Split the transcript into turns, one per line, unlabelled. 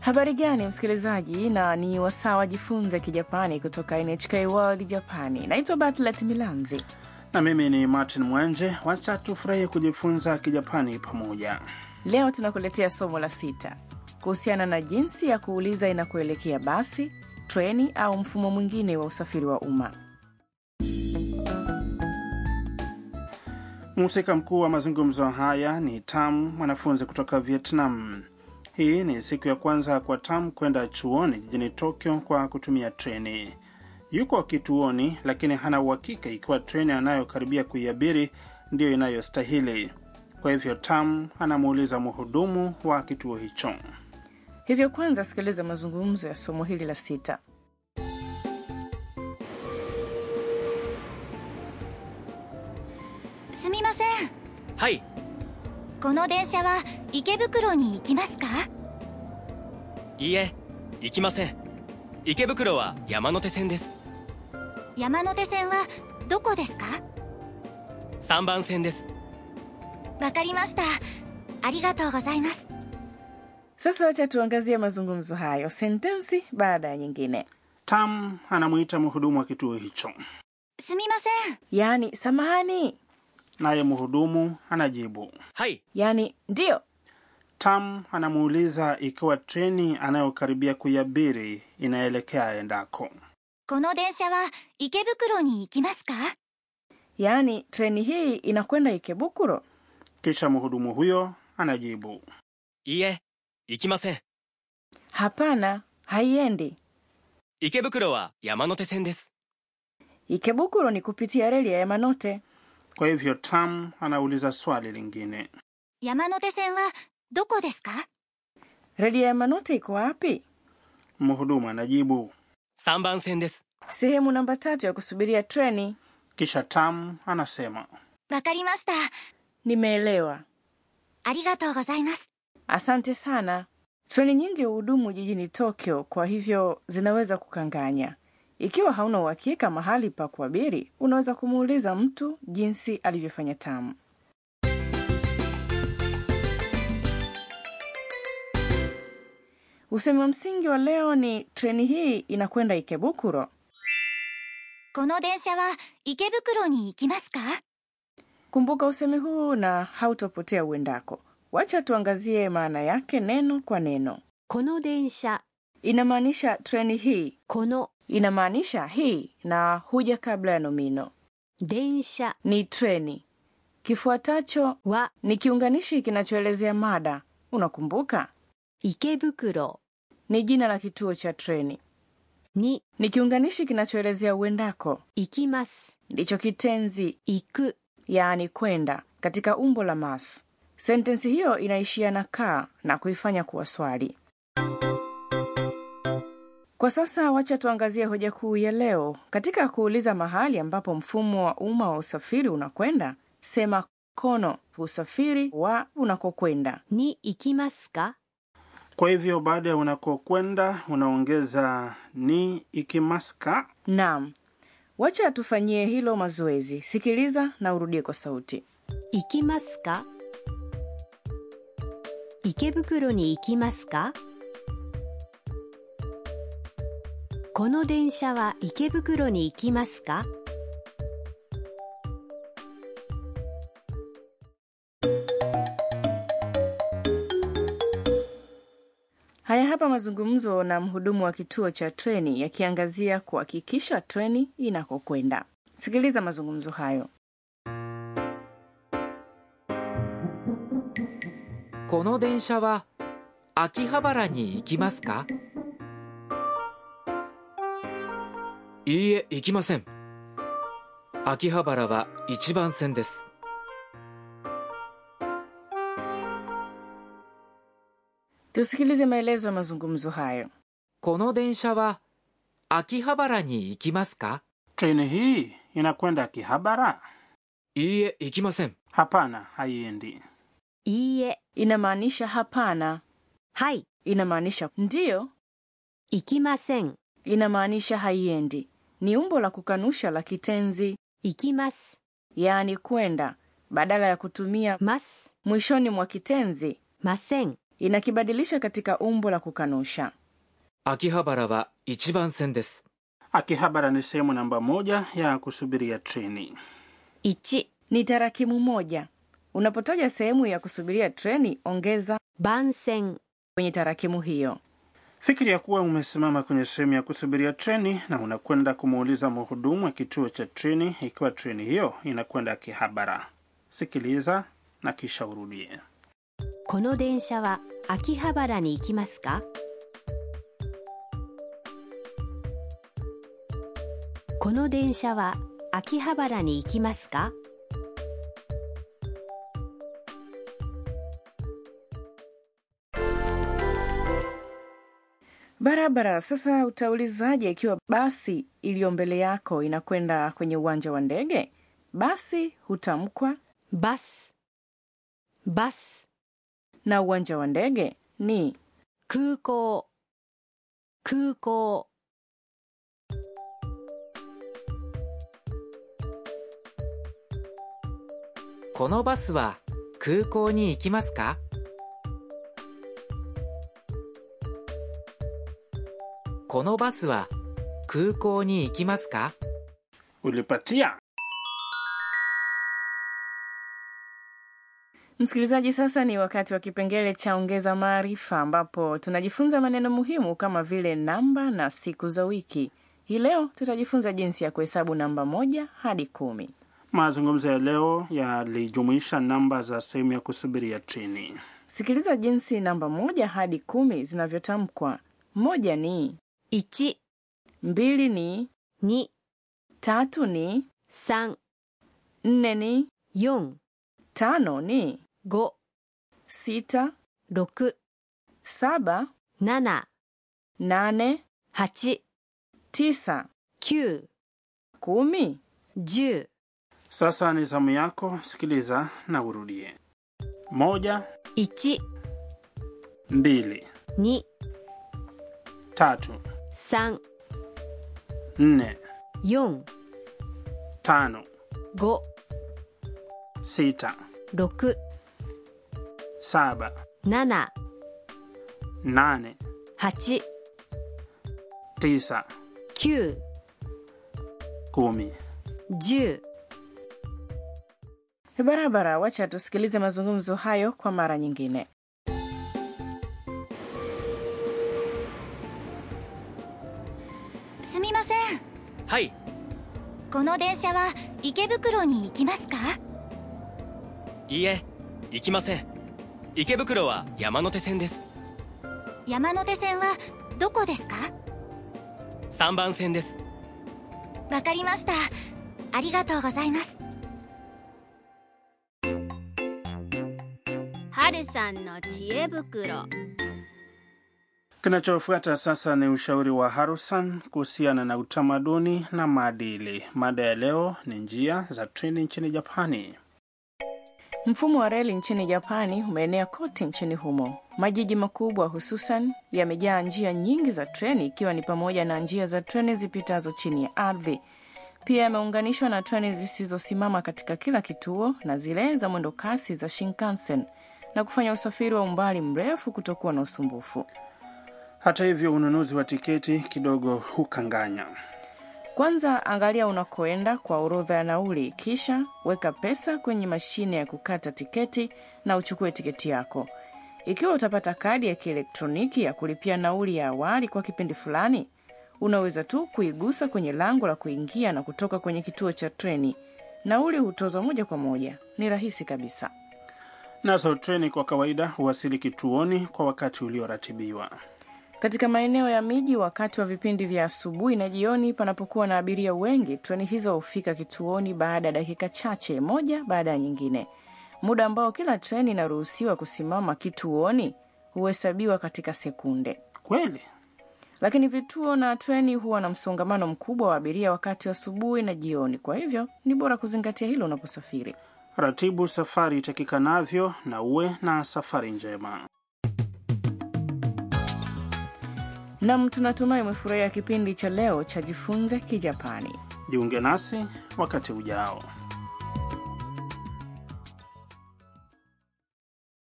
Habari gani msikilizaji, na ni wasaa wajifunze Kijapani kutoka NHK World Japani. Naitwa Batlet Milanzi.
na mimi ni Martin Mwenje. Wacha tufurahi kujifunza Kijapani pamoja.
Leo tunakuletea somo la sita kuhusiana na jinsi ya kuuliza inakoelekea basi, treni au mfumo mwingine wa usafiri wa umma.
Mhusika mkuu wa mazungumzo haya ni Tam, mwanafunzi kutoka Vietnam. Hii ni siku ya kwanza kwa Tam kwenda chuoni jijini Tokyo kwa kutumia treni. Yuko kituoni, lakini hana uhakika ikiwa treni anayokaribia kuiabiri ndiyo inayostahili. Kwa hivyo Tam anamuuliza mhudumu wa kituo hicho.
Hivyo kwanza sikiliza mazungumzo ya somo hili la sita.
すみません
はい
この電車は池袋に行きますか
いいえ行きません池袋は山手線です
山手線はどこですか
3番線です
わかりましたありがとうございます
Sasa wacha tuangazie mazungumzo hayo sentensi baada ya nyingine,
Tam anamuita mhudumu wa kituo hicho,
すみません
yaani samahani,
naye mhudumu anajibu.
はい
yaani ndiyo.
Tam anamuuliza ikiwa treni anayokaribia kuiabiri inaelekea endako.
この電車は池袋に行きますか
yaani treni hii inakwenda Ikebukuro.
Kisha mhudumu huyo anajibu.
いいえ行きません
Hapana, haiendi.
池袋は山手線です
Ikebukuro ni kupitia reli ya Yamanote.
Kwa hivyo Tam anauliza swali lingine.
山手線はどこですか
Reli ya Yamanote iko wapi?
Mhudumu anajibu.
3番線です
Sehemu namba tatu ya kusubiria treni.
Kisha Tam anasema.
わかりました
Nimeelewa,
ありがとうございます
asante sana. Treni nyingi huhudumu jijini Tokyo, kwa hivyo zinaweza kukanganya. Ikiwa hauna uhakika mahali pa kuabiri, unaweza kumuuliza mtu jinsi alivyofanya Tamu. Usemi wa msingi wa leo ni treni hii inakwenda Ikebukuro.
この電車は池袋に行きますか
Kumbuka usemi huu na hautopotea uendako. Wacha tuangazie maana yake neno kwa neno.
この電車
Inamaanisha treni hii,
この
inamaanisha hii, na huja kabla ya nomino.
電車
Ni treni. Kifuatacho
は
ni kiunganishi kinachoelezea mada. Unakumbuka?
池袋
Ni jina la kituo cha treni.
に
Ni kiunganishi kinachoelezea uendako.
行きます。
Ndicho kitenzi
行く
yaani kwenda katika umbo la mas. Sentensi hiyo inaishia na ka na kuifanya kuwa swali. Kwa sasa wacha tuangazie hoja kuu ya leo. Katika kuuliza mahali ambapo mfumo wa umma wa usafiri unakwenda, sema kono, usafiri wa unakokwenda.
に行きますか
Kwa hivyo baada ya unakokwenda unaongeza ni ikimaska.
Naam, wacha tufanyie hilo mazoezi. Sikiliza na urudie kwa sauti.
行きますか池袋に行きますかこの電車は池袋に行きますか
Haya hapa mazungumzo na mhudumu wa kituo cha treni yakiangazia kuhakikisha treni inakokwenda. Sikiliza mazungumzo hayo.
この電車は秋葉原に行きますかいいえ行きません秋葉原は一番線です
Tusikilize maelezo ya mazungumzo hayo.
この電車は秋葉原に行きますか
Treni hii inakwenda Akihabara?
いいえ行きません
Hapana, haiendi.
いいえ
Inamaanisha hapana,
はい
inamaanisha ndiyo,
行きません
inamaanisha haiendi. Ni umbo la kukanusha la kitenzi,
行きます、
yaani kwenda, badala ya kutumia
ます、
mwishoni mwa kitenzi,
ません、
inakibadilisha katika umbo la kukanusha.
秋葉原は1番線です。
Akihabara ni sehemu namba moja ya kusubiria treni.
1
Ni tarakimu moja. Unapotaja sehemu ya kusubiria treni, ongeza
番線
kwenye tarakimu hiyo.
Fikiria kuwa umesimama kwenye sehemu ya kusubiria treni na unakwenda kumuuliza mhudumu wa kituo cha treni ikiwa treni hiyo inakwenda Akihabara. Sikiliza na kisha urudie.
この電車は秋葉原に行きますかこの電車は秋葉原に行きますか
Barabara. Sasa utaulizaje ikiwa basi iliyo mbele yako inakwenda kwenye uwanja wa ndege? Basi hutamkwa
バスバス
na uwanja wa ndege ni
空港空港
このバスは空港に行きますかこのバスは空港に行きますか
Ulipatia
Msikilizaji, sasa ni wakati wa kipengele cha ongeza maarifa, ambapo tunajifunza maneno muhimu kama vile namba na siku za wiki. Hii leo tutajifunza jinsi ya kuhesabu namba moja hadi kumi.
mazungumzo ya leo yalijumuisha namba za sehemu ya kusubiria treni.
Sikiliza jinsi namba moja hadi kumi zinavyotamkwa. Moja ni
1
mbili, ni
2
tatu, ni
3
nne, ni
4
tano, ni
5
sita,
6
saba,
7
nane,
8
tisa,
9
kumi.
10
Sasa ni zamu yako, sikiliza na urudie. Moja,
1
mbili,
2
tatu,
3
nne,
4
tano,
5
sita,
6
saba,
7
nane,
8
tisa,
9
kumi.
10
Barabara, wacha tusikilize mazungumzo hayo kwa mara nyingine.
すみません
はい
この電車は池袋に行きますか
いいえ行きません池袋は山手線です
山手線はどこですか
3番線です
わかりましたありがとうございます
春さんの知恵袋
Kinachofuata sasa ni ushauri wa Harusan kuhusiana na utamaduni na maadili. Mada ya leo ni njia za treni nchini Japani.
Mfumo wa reli nchini Japani umeenea kote nchini humo. Majiji makubwa hususan yamejaa njia nyingi za treni, ikiwa ni pamoja na njia za treni zipitazo chini ya ardhi. Pia yameunganishwa na treni zisizosimama katika kila kituo na zile za mwendo kasi za Shinkansen na kufanya usafiri wa umbali mrefu kutokuwa na usumbufu.
Hata hivyo, ununuzi wa tiketi kidogo hukanganya.
Kwanza angalia unakoenda kwa orodha ya nauli, kisha weka pesa kwenye mashine ya kukata tiketi na uchukue tiketi yako. Ikiwa utapata kadi ya kielektroniki ya kulipia nauli ya awali kwa kipindi fulani, unaweza tu kuigusa kwenye lango la kuingia na kutoka kwenye kituo cha treni. Nauli hutozwa moja kwa moja, ni rahisi kabisa.
Nazo treni kwa kawaida huwasili kituoni kwa wakati ulioratibiwa.
Katika maeneo ya miji, wakati wa vipindi vya asubuhi na jioni, panapokuwa na abiria wengi, treni hizo hufika kituoni baada ya dakika chache, moja baada ya nyingine. Muda ambao kila treni inaruhusiwa kusimama kituoni huhesabiwa katika sekunde,
Kweli
lakini vituo na treni huwa na msongamano mkubwa wa abiria wakati wa asubuhi na jioni. Kwa hivyo ni bora kuzingatia hilo unaposafiri.
ratibu safari itakikanavyo na uwe na safari njema.
Nam, tunatumai umefurahia kipindi cha leo cha Jifunze Kijapani.
Jiunge nasi wakati ujao.